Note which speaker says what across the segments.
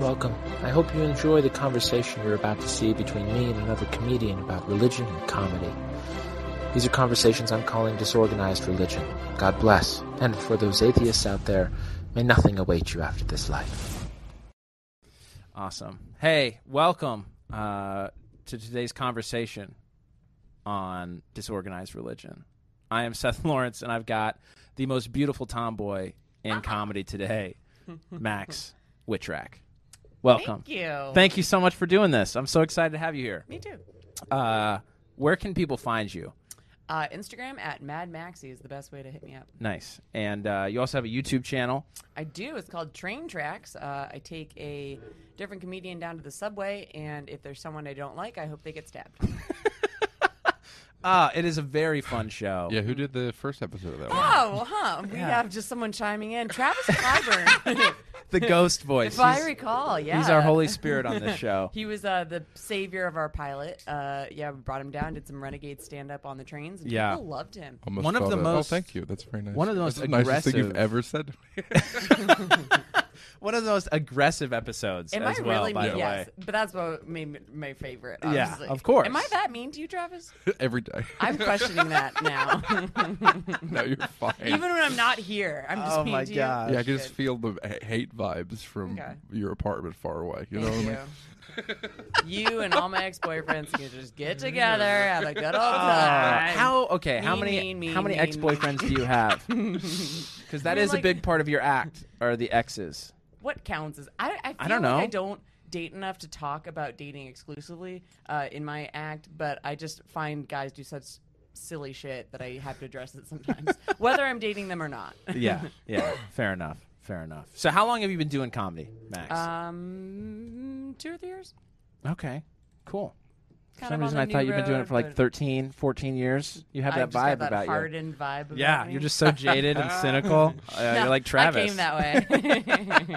Speaker 1: Welcome. I hope you enjoy the conversation you're about to see between me and another comedian about religion and comedy. These are conversations I'm calling disorganized religion. God bless. And for those atheists out there, may nothing await you after this life.
Speaker 2: Awesome. Hey, welcome uh, to today's conversation on disorganized religion. I am Seth Lawrence, and I've got the most beautiful tomboy
Speaker 3: Uh-huh.
Speaker 2: in comedy today, Max Witrack. Welcome.
Speaker 3: Thank you.
Speaker 2: Thank you so much for doing this. I'm so excited to have you here.
Speaker 3: Me too.
Speaker 2: Uh, where can people find you?
Speaker 3: Uh, Instagram at Mad Maxi is the best way to hit me up.
Speaker 2: Nice. And uh, you also have a YouTube channel.
Speaker 3: I do. It's called Train Tracks. Uh, I take a different comedian down to the subway, and if there's someone I don't like, I hope they get stabbed.
Speaker 2: Ah, it is a very fun show.
Speaker 4: Yeah, who did the first episode of that
Speaker 2: Ah,
Speaker 4: one?
Speaker 3: oh, huh. We have just someone chiming in. Travis Clyburn,
Speaker 2: The ghost voice.
Speaker 3: if I
Speaker 2: He's-
Speaker 3: recall. Yeah.
Speaker 2: He's our Holy Spirit on this show.
Speaker 3: He was uh, the savior of our pilot. Uh, yeah, we brought him down, did some renegade stand up on the trains, and
Speaker 2: Yeah. Um,
Speaker 3: people loved him.
Speaker 4: Almost
Speaker 2: One of
Speaker 4: felt
Speaker 2: the
Speaker 4: it.
Speaker 2: most-
Speaker 4: Oh, thank you. That's very nice.
Speaker 2: one of the
Speaker 4: That's
Speaker 2: most
Speaker 4: nicest thing you've
Speaker 2: aggressive-
Speaker 4: ever said. to me.
Speaker 2: One of the most aggressive episodes
Speaker 3: Am
Speaker 2: as
Speaker 3: I
Speaker 2: well,
Speaker 3: really
Speaker 2: by
Speaker 3: mean?
Speaker 2: the
Speaker 3: yes,
Speaker 2: way.
Speaker 3: but that's what made me my favorite.
Speaker 2: Yeah,
Speaker 3: honestly.
Speaker 2: of course.
Speaker 3: Am I that mean to you, Travis?
Speaker 4: Every day.
Speaker 3: I'm questioning that now.
Speaker 4: no, you're fine.
Speaker 3: Even when I'm not here, I'm just
Speaker 2: Oh
Speaker 3: mean
Speaker 2: my
Speaker 3: to
Speaker 2: God.
Speaker 4: yeah, I can just feel the h- hate vibes from
Speaker 3: Okay.
Speaker 4: your apartment far away. You
Speaker 3: you.
Speaker 4: know what I
Speaker 3: Thank
Speaker 4: mean?
Speaker 3: you. you and all my ex-boyfriends can just get together, have a good old
Speaker 2: Uh,
Speaker 3: time.
Speaker 2: how okay? how
Speaker 3: Mean,
Speaker 2: many
Speaker 3: mean, mean,
Speaker 2: how many
Speaker 3: mean,
Speaker 2: ex boyfriends do you have? Because that
Speaker 3: I mean,
Speaker 2: is a
Speaker 3: like-
Speaker 2: big part of your act are the exes.
Speaker 3: What counts is I. I, feel
Speaker 2: I don't
Speaker 3: like I
Speaker 2: know.
Speaker 3: don't date enough to talk about dating exclusively uh, in my act, but I just find guys do such silly shit that I have to address it sometimes, whether I'm dating them or not.
Speaker 2: Yeah, yeah. Fair enough. Fair enough. So how long have you been doing comedy, Max?
Speaker 3: Uh, Um, two or three years.
Speaker 2: okay, cool. For
Speaker 3: kind
Speaker 2: some
Speaker 3: of on
Speaker 2: reason,
Speaker 3: the
Speaker 2: I thought
Speaker 3: new
Speaker 2: you've been doing it
Speaker 3: road,
Speaker 2: for like
Speaker 3: but
Speaker 2: 13, 14 years. You have
Speaker 3: I've
Speaker 2: that
Speaker 3: just got
Speaker 2: vibe
Speaker 3: that
Speaker 2: about you.
Speaker 3: hardened vibe. About
Speaker 2: Yeah,
Speaker 3: me.
Speaker 2: you're just so jaded and cynical. Uh, you're
Speaker 3: No,
Speaker 2: like Travis.
Speaker 3: I came that way.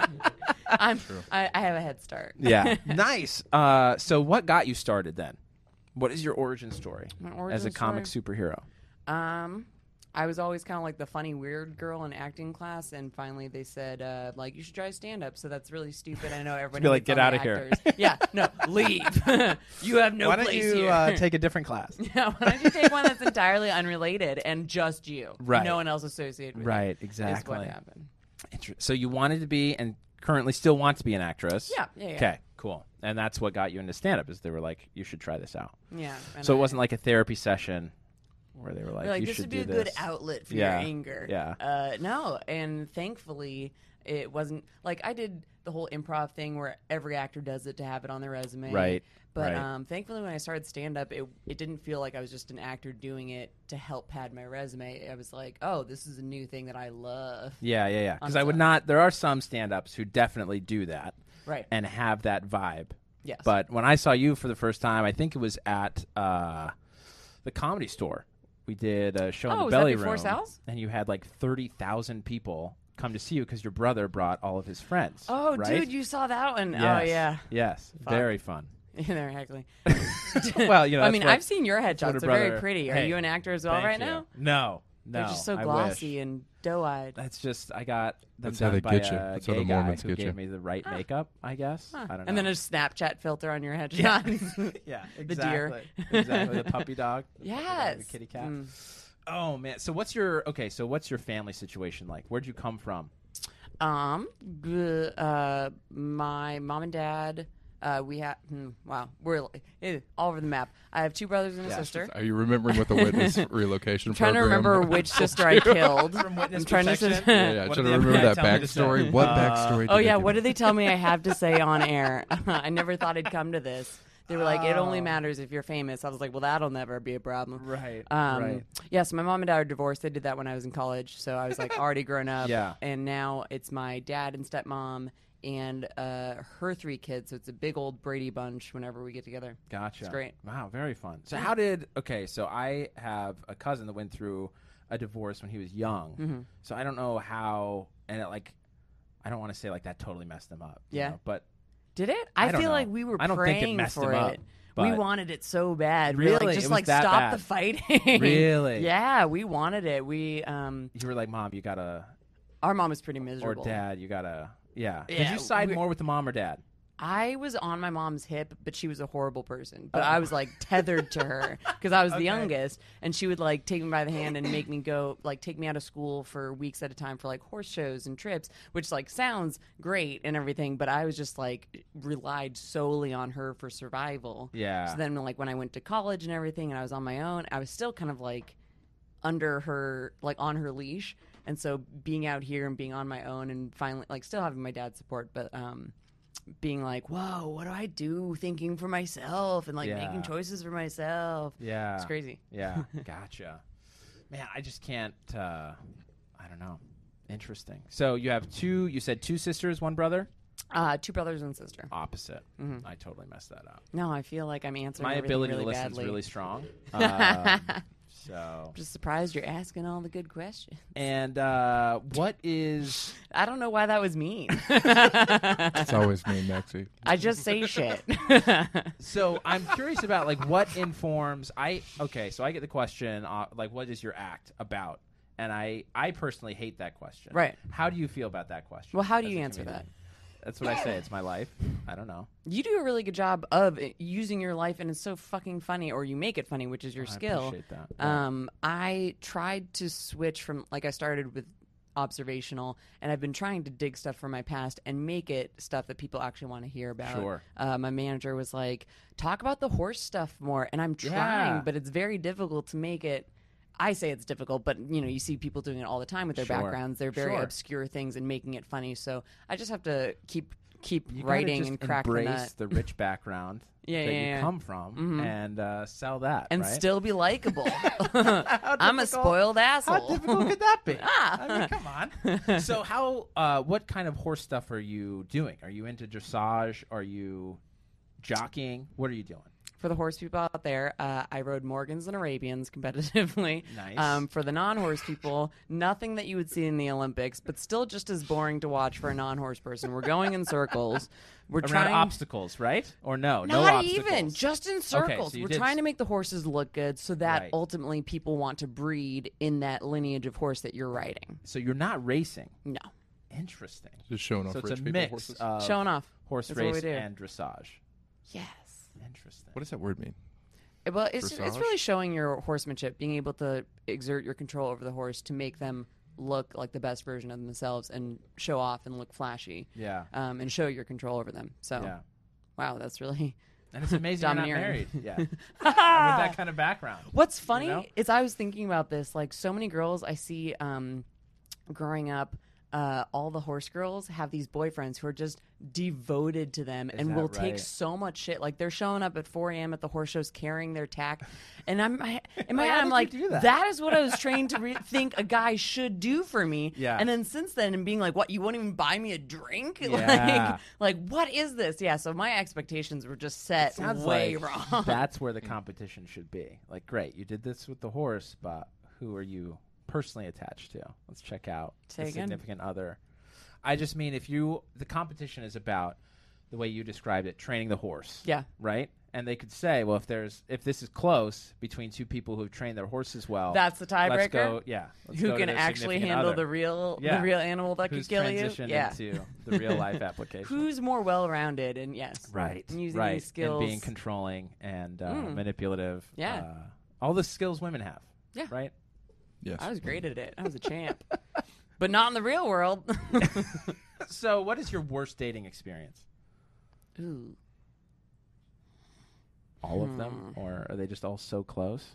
Speaker 3: I'm, I, I have a head start.
Speaker 2: yeah nice uh, so what got you started then what is your origin story
Speaker 3: My
Speaker 2: as a
Speaker 3: origin
Speaker 2: comic superhero
Speaker 3: Um, I was always kind of like the funny weird girl in acting class, and finally they said uh, like you should try stand up. So that's really stupid. I know everyone.
Speaker 2: Be like,
Speaker 3: hates all
Speaker 2: "Get outta
Speaker 3: the
Speaker 2: here."
Speaker 3: actors." yeah, no, leave. you have no place here.
Speaker 2: uh, take a different class
Speaker 3: yeah, why don't you take one that's entirely unrelated and just you?
Speaker 2: Right.
Speaker 3: No one else associated with
Speaker 2: Right,
Speaker 3: it, is
Speaker 2: exactly.
Speaker 3: what happened.
Speaker 2: Inter- so you wanted to be and currently still want to be an actress
Speaker 3: Yeah, yeah, yeah.
Speaker 2: okay cool and that's what got you into stand-up is they were like you should try this out
Speaker 3: Yeah. and
Speaker 2: so it
Speaker 3: I-
Speaker 2: wasn't like a therapy session where they were like,
Speaker 3: We're like,
Speaker 2: you
Speaker 3: this
Speaker 2: should
Speaker 3: would be
Speaker 2: do
Speaker 3: a
Speaker 2: this
Speaker 3: good outlet for
Speaker 2: Yeah,
Speaker 3: your anger.
Speaker 2: yeah.
Speaker 3: Uh, no, and thankfully, it wasn't like I did the whole improv thing where every actor does it to have it on their resume.
Speaker 2: Right,
Speaker 3: But
Speaker 2: right.
Speaker 3: Um, thankfully, when I started stand up, it, it didn't feel like I was just an actor doing it to help pad my resume. I was like, oh, this is a new thing that I love.
Speaker 2: yeah yeah yeah because
Speaker 3: On
Speaker 2: i would
Speaker 3: top.
Speaker 2: not there are some stand-ups who definitely do that
Speaker 3: Right.
Speaker 2: and have that vibe
Speaker 3: Yes.
Speaker 2: But when I saw you for the first time, I think it was at uh, the comedy store. We did a show in
Speaker 3: Oh,
Speaker 2: the
Speaker 3: was that
Speaker 2: belly
Speaker 3: before
Speaker 2: room,
Speaker 3: Sal's?
Speaker 2: and you had like thirty thousand people come to see you because your brother brought all of his friends.
Speaker 3: oh,
Speaker 2: right?
Speaker 3: dude, you saw that one.
Speaker 2: Yes.
Speaker 3: Oh, yeah.
Speaker 2: Yes, very fun.
Speaker 3: They're heckling.
Speaker 2: well, you know,
Speaker 3: I
Speaker 2: that's
Speaker 3: mean,
Speaker 2: what-
Speaker 3: I've seen your
Speaker 2: what
Speaker 3: headshots.
Speaker 2: a
Speaker 3: They're very
Speaker 2: brother-
Speaker 3: pretty. Are
Speaker 2: Hey,
Speaker 3: you an actor as well
Speaker 2: thank
Speaker 3: right
Speaker 2: you.
Speaker 3: now?
Speaker 2: No, no,
Speaker 3: They're just so
Speaker 2: I
Speaker 3: glossy
Speaker 2: wish.
Speaker 3: and doe eyed.
Speaker 2: That's just I got them
Speaker 4: That's how
Speaker 2: done
Speaker 4: they
Speaker 2: by
Speaker 4: get
Speaker 2: a
Speaker 4: you. That's how
Speaker 2: gay
Speaker 4: the
Speaker 2: guy
Speaker 4: Mormons
Speaker 2: who
Speaker 4: get
Speaker 2: gave
Speaker 4: you.
Speaker 2: me the right makeup. I guess I don't know.
Speaker 3: And then a Snapchat filter on your headshots. Yeah.
Speaker 2: yeah,
Speaker 3: the deer.
Speaker 2: exactly, exactly the puppy dog. the puppy dog, the
Speaker 3: Yes.
Speaker 2: kitty cat.
Speaker 3: Mm.
Speaker 2: Oh man, so what's your okay? So what's your family situation like? Where'd you come from?
Speaker 3: um, g- uh, my mom and dad. Uh, we have hmm, wow, we're li- eh, all over the map. I have two brothers and a sister.
Speaker 4: Are you remembering what the witness relocation
Speaker 3: I'm trying to
Speaker 4: program-
Speaker 3: remember which sister I killed. I'm trying to-
Speaker 4: Yeah, yeah,
Speaker 2: What did
Speaker 4: trying
Speaker 2: the
Speaker 4: to remember
Speaker 2: FBI
Speaker 4: that
Speaker 2: tell me to say?
Speaker 4: backstory. What
Speaker 2: Uh,
Speaker 4: backstory?
Speaker 3: oh
Speaker 4: did they
Speaker 3: yeah,
Speaker 4: give
Speaker 3: what
Speaker 4: you?
Speaker 3: did they tell me I have to say on air? I never thought I'd come to this. They were like, it only matters if you're famous. I was like, well, that'll never be a problem.
Speaker 2: Right,
Speaker 3: Um,
Speaker 2: right.
Speaker 3: Yes, my mom and dad are divorced. They did that when I was in college, so I was like already grown up.
Speaker 2: Yeah.
Speaker 3: And now it's my dad and stepmom and uh, her three kids. So it's a big old Brady bunch whenever we get together.
Speaker 2: Gotcha.
Speaker 3: It's great.
Speaker 2: Wow, very fun. So how did okay? So I have a cousin that went through a divorce when he was young. So I don't know how, and it, like, I don't want to say like that totally messed them up. you
Speaker 3: Yeah.
Speaker 2: know, but
Speaker 3: Did it? I,
Speaker 2: I don't
Speaker 3: feel
Speaker 2: know.
Speaker 3: like we were
Speaker 2: I don't think it
Speaker 3: praying
Speaker 2: messed
Speaker 3: for
Speaker 2: him up,
Speaker 3: it. we
Speaker 2: but-
Speaker 3: wanted it so bad. We were
Speaker 2: Really?
Speaker 3: like, just
Speaker 2: It was
Speaker 3: like
Speaker 2: that
Speaker 3: stop
Speaker 2: bad?
Speaker 3: the fighting.
Speaker 2: Really?
Speaker 3: Yeah, we wanted it. We um,
Speaker 2: you were like, mom, you gotta,
Speaker 3: our mom was pretty
Speaker 2: or
Speaker 3: miserable.
Speaker 2: dad, you gotta. Yeah. Did
Speaker 3: Yeah,
Speaker 2: you side
Speaker 3: we're-
Speaker 2: more with the mom or dad?
Speaker 3: I was on my mom's hip, but she was a horrible person. But I was like tethered to her because I was the youngest, and she would like take me by the hand and make me go like take me out of school for weeks at a time for like horse shows and trips, which like sounds great and everything. But I was just like relied solely on her for survival.
Speaker 2: Yeah.
Speaker 3: So then like when I went to college and everything, and I was on my own, I was still kind of like under her like on her leash and so being out here and being on my own and finally like still having my dad's support but um being like whoa what do i do thinking for myself and like
Speaker 2: Yeah.
Speaker 3: making choices for myself
Speaker 2: Yeah.
Speaker 3: it's crazy
Speaker 2: Yeah. gotcha. Man, I just can't uh I don't know. Interesting. So you have two you said two sisters, one brother?
Speaker 3: uh two brothers and sister
Speaker 2: Opposite. I totally messed that up.
Speaker 3: no i feel like i'm answering
Speaker 2: My
Speaker 3: everything
Speaker 2: ability
Speaker 3: Mm-hmm. really
Speaker 2: to listen
Speaker 3: badly.
Speaker 2: is really strong. Um, so
Speaker 3: just surprised you're asking all the good questions
Speaker 2: and uh what is
Speaker 3: i don't know why that was mean
Speaker 4: It's always me, Maxie.
Speaker 3: i just say shit
Speaker 2: so I'm curious about like what informs I okay so I get the question uh, like what is your act about and I I personally hate that question
Speaker 3: Right.
Speaker 2: how do you feel about that question
Speaker 3: well how do
Speaker 2: as
Speaker 3: you
Speaker 2: a
Speaker 3: answer that
Speaker 2: comedian? that's what I say it's my life I don't know
Speaker 3: you do a really good job of i- using your life and it's so fucking funny or you make it funny which is your skill
Speaker 2: appreciate that. Yeah.
Speaker 3: um i tried to switch from like i started with observational and i've been trying to dig stuff from my past and make it stuff that people actually want to hear about
Speaker 2: Sure.
Speaker 3: uh, my manager was like talk about the horse stuff more and i'm trying
Speaker 2: Yeah.
Speaker 3: but it's very difficult to make it I say it's difficult, but you know, you see people doing it all the time with their
Speaker 2: Sure.
Speaker 3: backgrounds. They're very
Speaker 2: Sure.
Speaker 3: obscure things and making it funny. So I just have to keep keep
Speaker 2: You gotta
Speaker 3: writing
Speaker 2: just
Speaker 3: and cracking
Speaker 2: embrace
Speaker 3: that.
Speaker 2: the rich background that
Speaker 3: Yeah, yeah,
Speaker 2: you
Speaker 3: yeah. Mm-hmm.
Speaker 2: come from and uh, sell that
Speaker 3: and
Speaker 2: right?
Speaker 3: still be likable. I'm a spoiled Ah.
Speaker 2: How
Speaker 3: asshole.
Speaker 2: difficult could that be? I mean, come on. So, how? Uh, what kind of horse stuff are you doing? Are you into dressage? Are you jockeying? What are you doing?
Speaker 3: For the horse people out there, uh, I rode Morgans and Arabians competitively.
Speaker 2: Nice.
Speaker 3: Um, for the non-horse people, nothing that you would see in the Olympics, but still just as boring to watch for a non-horse person. We're going in circles. We're
Speaker 2: Around
Speaker 3: trying.
Speaker 2: obstacles, right? Or no? no
Speaker 3: not
Speaker 2: obstacles.
Speaker 3: even just in circles.
Speaker 2: you
Speaker 3: We're
Speaker 2: did
Speaker 3: trying
Speaker 2: s-
Speaker 3: to make the horses look good so that
Speaker 2: Right.
Speaker 3: ultimately people want to breed in that lineage of horse that you're riding.
Speaker 2: So you're not racing.
Speaker 3: No,
Speaker 2: Interesting.
Speaker 4: Just showing off
Speaker 2: So it's
Speaker 4: rich
Speaker 2: a
Speaker 4: people
Speaker 2: mix
Speaker 4: horses.
Speaker 2: of
Speaker 3: showing off
Speaker 2: horse
Speaker 3: That's what we
Speaker 2: race
Speaker 3: do.
Speaker 2: and dressage.
Speaker 3: Yes.
Speaker 2: Interesting.
Speaker 4: what does that word mean?
Speaker 3: It- Well, it's just, it's
Speaker 4: Dressage?
Speaker 3: really showing your horsemanship, being able to exert your control over the horse to make them look like the best version of themselves and show off and look flashy,
Speaker 2: yeah.
Speaker 3: um, and show your control over them. So,
Speaker 2: Yeah.
Speaker 3: wow, that's really.
Speaker 2: And it's amazing you're not married.
Speaker 3: Domineering.
Speaker 2: Yeah. And with that kind of background.
Speaker 3: What's funny
Speaker 2: know?
Speaker 3: is I was thinking about this. Like so many girls I see um, growing up, uh, all the horse girls have these boyfriends who are just devoted to them and
Speaker 2: that
Speaker 3: will take
Speaker 2: right?
Speaker 3: so much shit. Like they're showing up at 4 a.m. at the horse shows carrying their tack, and I'm I, in my
Speaker 2: Why
Speaker 3: head
Speaker 2: did
Speaker 3: I'm
Speaker 2: you
Speaker 3: like,
Speaker 2: do that?
Speaker 3: that is what I was trained to re- think a guy should do for me.
Speaker 2: Yeah.
Speaker 3: And then since then, and being like, what you won't even buy me a drink?
Speaker 2: Yeah.
Speaker 3: Like like what is this? Yeah. So my expectations were just set
Speaker 2: sounds
Speaker 3: way
Speaker 2: like
Speaker 3: wrong.
Speaker 2: That's where the competition should be. Like, great, you did this with the horse, but who are you personally attached to? Let's check out
Speaker 3: Say
Speaker 2: the
Speaker 3: again?
Speaker 2: significant other. I just mean if you the competition is about the way you described it, training the horse.
Speaker 3: Yeah.
Speaker 2: Right? And they could say, well, if there's if this is close between two people who've trained their horses well,
Speaker 3: That's the
Speaker 2: Let's
Speaker 3: tiebreaker?
Speaker 2: go, yeah. let's
Speaker 3: who
Speaker 2: go to
Speaker 3: can
Speaker 2: their
Speaker 3: actually
Speaker 2: significant
Speaker 3: handle
Speaker 2: other,
Speaker 3: the real
Speaker 2: Yeah.
Speaker 3: the real animal that
Speaker 2: who's
Speaker 3: could kill you.
Speaker 2: transitioned
Speaker 3: Yeah.
Speaker 2: into the real life application.
Speaker 3: Who's more well rounded and yes.
Speaker 2: right
Speaker 3: and Using
Speaker 2: right
Speaker 3: these skills. Hmm.
Speaker 2: and being controlling and uh, manipulative
Speaker 3: Yeah.
Speaker 2: uh, all the skills women have
Speaker 3: Yeah.
Speaker 2: right
Speaker 4: Yes.
Speaker 3: I was great at it. I was a champ. but not in the real world.
Speaker 2: so what is your worst dating experience
Speaker 3: Ooh.
Speaker 2: all of them
Speaker 3: Hmm.
Speaker 2: or are they just all so close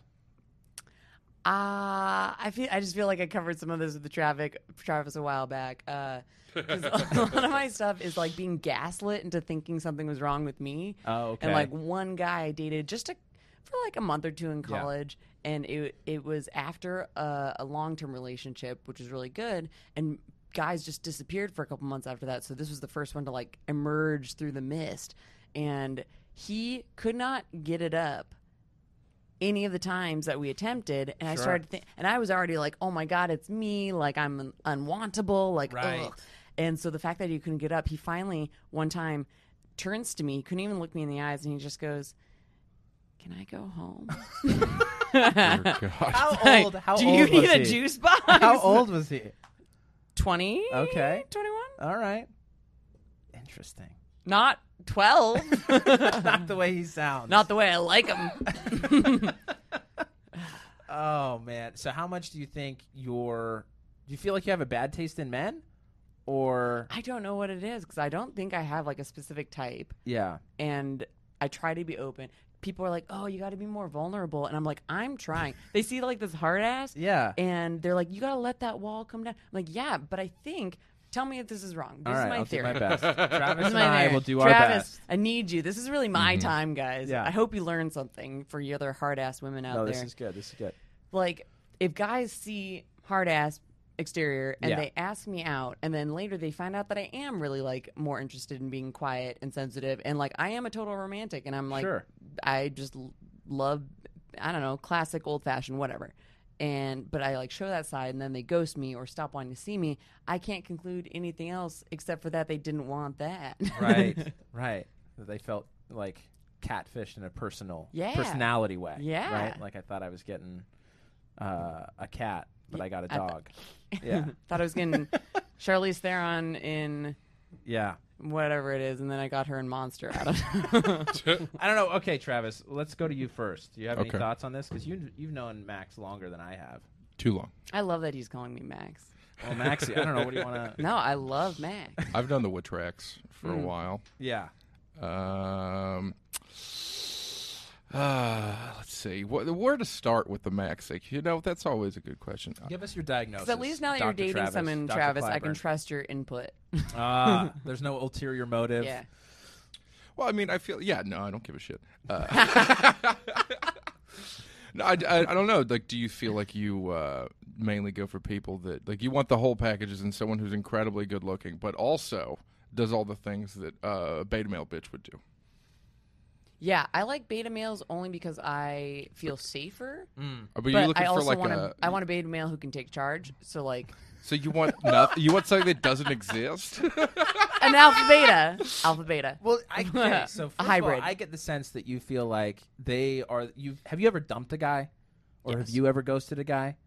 Speaker 3: Uh, I feel I just feel like I covered some of this with the traffic Travis a while back. Uh 'cause a lot of my stuff is like being gaslit into thinking something was wrong with me.
Speaker 2: Oh, okay.
Speaker 3: And like one guy I dated just a, for like a month or two in
Speaker 2: Yeah.
Speaker 3: college, and it it was after a, a long term relationship, which was really good, and guys just disappeared for a couple months after that. So this was the first one to like emerge through the mist, and he could not get it up any of the times that we attempted and i
Speaker 2: Sure.
Speaker 3: started thi- and i was already like oh my god it's me like i'm un- unwantable like
Speaker 2: Right.
Speaker 3: ugh. and so the fact that he couldn't get up he finally one time turns to me couldn't even look me in the eyes and he just goes can i go home
Speaker 4: Dear God.
Speaker 2: how old how
Speaker 3: do
Speaker 2: old
Speaker 3: you need
Speaker 2: was
Speaker 3: a
Speaker 2: he?
Speaker 3: juice box
Speaker 2: how old was he
Speaker 3: 20
Speaker 2: Okay.
Speaker 3: 21
Speaker 2: all right Interesting.
Speaker 3: Not 12.
Speaker 2: Not the way he sounds.
Speaker 3: Not the way I like them.
Speaker 2: Oh man. So how much do you think your do you feel like you have a bad taste in men? Or
Speaker 3: I don't know what it is because I don't think I have like a specific type.
Speaker 2: yeah.
Speaker 3: And I try to be open. People are like, oh, you got to be more vulnerable. And I'm like, I'm trying. they see like this hard ass.
Speaker 2: Yeah.
Speaker 3: And they're like, you got to let that wall come down. I'm like, yeah, but I think, tell me if this is wrong. This
Speaker 2: All
Speaker 3: is
Speaker 2: right,
Speaker 3: my
Speaker 2: I'll
Speaker 3: theory.
Speaker 2: do my best. Travis
Speaker 3: This is
Speaker 2: and
Speaker 3: my
Speaker 2: I
Speaker 3: theory.
Speaker 2: will do
Speaker 3: Travis,
Speaker 2: our best. Mm-hmm.
Speaker 3: I need you. This is really my time, guys.
Speaker 2: Yeah.
Speaker 3: I hope you learned something for you other hard ass women out
Speaker 2: No,
Speaker 3: there
Speaker 2: this is good. This is good.
Speaker 3: like if guys see hard ass exterior and
Speaker 2: Yeah.
Speaker 3: they ask me out and then later they find out that I am really like more interested in being quiet and sensitive and like I am a total romantic and I'm like
Speaker 2: Sure.
Speaker 3: I just l- love I don't know classic old fashioned whatever and but I like show that side and then they ghost me or stop wanting to see me I can't conclude anything else except for that they didn't want that
Speaker 2: Right. right. That They felt like catfished in a personal
Speaker 3: Yeah.
Speaker 2: personality way.
Speaker 3: Yeah.
Speaker 2: Right? Like I thought I was getting uh, a cat, but I got a
Speaker 3: I thought-
Speaker 2: dog. yeah.
Speaker 3: thought I was getting Charlize Theron in
Speaker 2: Yeah.
Speaker 3: whatever it is and then I got her in Monster I don't know
Speaker 2: I don't know. Okay, Travis, let's go to you first. Do you have any
Speaker 4: Okay.
Speaker 2: thoughts on this? Because you you've known Max longer than I have.
Speaker 4: Too long.
Speaker 3: I love that he's calling me Max.
Speaker 2: Well, Maxie, I don't know. What do you want to?
Speaker 3: No, I love Max.
Speaker 4: I've done the wood tracks for
Speaker 2: Mm.
Speaker 4: a while.
Speaker 2: Yeah.
Speaker 4: Um, uh, let's see. Wh- where to start with the Maxic? You know, that's always a good question. Uh,
Speaker 2: Give us your diagnosis.
Speaker 3: Because at least now that you're
Speaker 2: Dr.
Speaker 3: dating
Speaker 2: Travis,
Speaker 3: someone,
Speaker 2: Dr.
Speaker 3: Travis, I can
Speaker 2: Clyburn.
Speaker 3: trust your input.
Speaker 2: Ah, there's no ulterior motive.
Speaker 3: yeah.
Speaker 4: Well, I mean, I feel yeah. No, I don't give a shit. Uh, no, I, I, I don't know. Like, do you feel like you uh, mainly go for people that like you want the whole packages and someone who's incredibly good looking, but also does all the things that uh, a beta male bitch would do?
Speaker 3: Yeah, I like beta males only because I feel safer.
Speaker 4: Or- But, you're
Speaker 3: But
Speaker 4: looking
Speaker 3: I
Speaker 4: for
Speaker 3: also
Speaker 4: like
Speaker 3: want
Speaker 4: a.
Speaker 3: a I want a beta male who can take charge. So like
Speaker 4: so you want nothing. You want something that doesn't exist.
Speaker 3: an alpha beta, alpha beta.
Speaker 2: Well, I okay, so
Speaker 3: A
Speaker 2: first Of
Speaker 3: hybrid.
Speaker 2: all, I get the sense that you feel like they are. You have you ever dumped a guy, or have you ever ghosted a guy,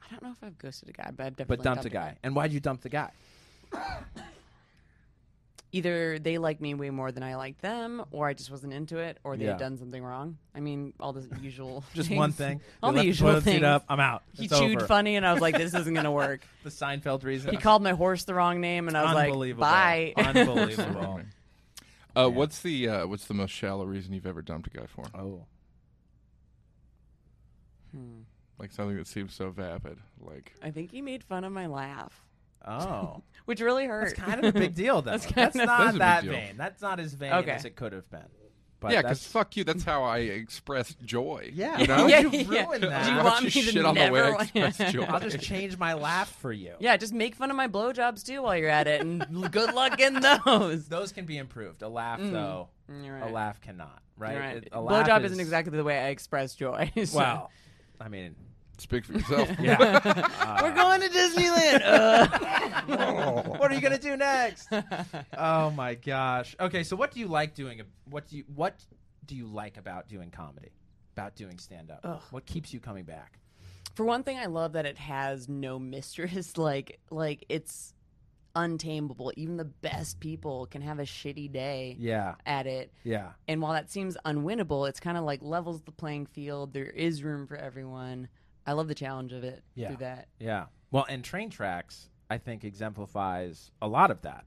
Speaker 3: I don't know if I've ghosted a guy, but I've definitely
Speaker 2: but dumped a guy? And why'd you dump the guy?
Speaker 3: Either they like me way more than I like them, or I just wasn't into it, or they
Speaker 2: Yeah.
Speaker 3: had done something wrong. I mean, all the usual.
Speaker 2: Just
Speaker 3: things.
Speaker 2: one thing.
Speaker 3: All
Speaker 2: They
Speaker 3: the
Speaker 2: left
Speaker 3: usual
Speaker 2: toilet seat
Speaker 3: things.
Speaker 2: Up. I'm out.
Speaker 3: He
Speaker 2: It's
Speaker 3: chewed
Speaker 2: over.
Speaker 3: funny, and I was like, "This isn't gonna work."
Speaker 2: The Seinfeld reason.
Speaker 3: He called my horse the wrong name, and I was like,
Speaker 2: Unbelievable.
Speaker 3: "Bye."
Speaker 2: Unbelievable.
Speaker 4: Uh, what's the uh, what's the most shallow reason you've ever dumped a guy for?
Speaker 2: oh.
Speaker 4: Like something that seems so vapid. Like
Speaker 3: I think he made fun of my laugh,
Speaker 2: Oh.
Speaker 3: which really hurt.
Speaker 2: That's kind of a big deal, though. That's,
Speaker 3: That's kind of-
Speaker 4: That
Speaker 2: not
Speaker 4: is a
Speaker 2: that
Speaker 4: big deal.
Speaker 2: vain. That's not as vain
Speaker 3: Okay.
Speaker 2: as it could have been. But
Speaker 4: yeah, because
Speaker 2: that's-
Speaker 4: fuck you. That's how I express joy.
Speaker 2: Yeah.
Speaker 4: you know?
Speaker 2: Yeah,
Speaker 4: You-
Speaker 2: you ruined that.
Speaker 3: Do you
Speaker 4: Why
Speaker 2: Why
Speaker 3: want
Speaker 4: don't you
Speaker 3: me to
Speaker 4: shit on the way
Speaker 3: never?
Speaker 4: I express joy?
Speaker 2: I'll just change my laugh for you.
Speaker 3: yeah, just make fun of my blowjobs too while you're at it, and l- good luck getting those.
Speaker 2: Those can be improved. A laugh, though,
Speaker 3: Mm, you're
Speaker 2: a
Speaker 3: right.
Speaker 2: laugh cannot. Right?
Speaker 3: You're
Speaker 2: It-
Speaker 3: right.
Speaker 2: A laugh
Speaker 3: Blowjob
Speaker 2: is,
Speaker 3: isn't exactly the way I express joy. so-
Speaker 2: Wow. I mean,
Speaker 4: Speak for yourself.
Speaker 2: yeah.
Speaker 3: we're going to Disneyland. Uh,
Speaker 2: what are you gonna do next? oh my gosh. Okay, so what do you like doing? What do you what do you like about doing comedy? About doing stand up? What keeps you coming back?
Speaker 3: For one thing, I love that it has no mistress. Like, like it's untamable. Even the best people can have a shitty day
Speaker 2: Yeah.
Speaker 3: at it.
Speaker 2: Yeah.
Speaker 3: And while that seems unwinnable, it's kind of like levels the playing field. There is room for everyone. I love the challenge of it
Speaker 2: Yeah.
Speaker 3: through that.
Speaker 2: Yeah. Well, and train tracks, I think, exemplifies a lot of that.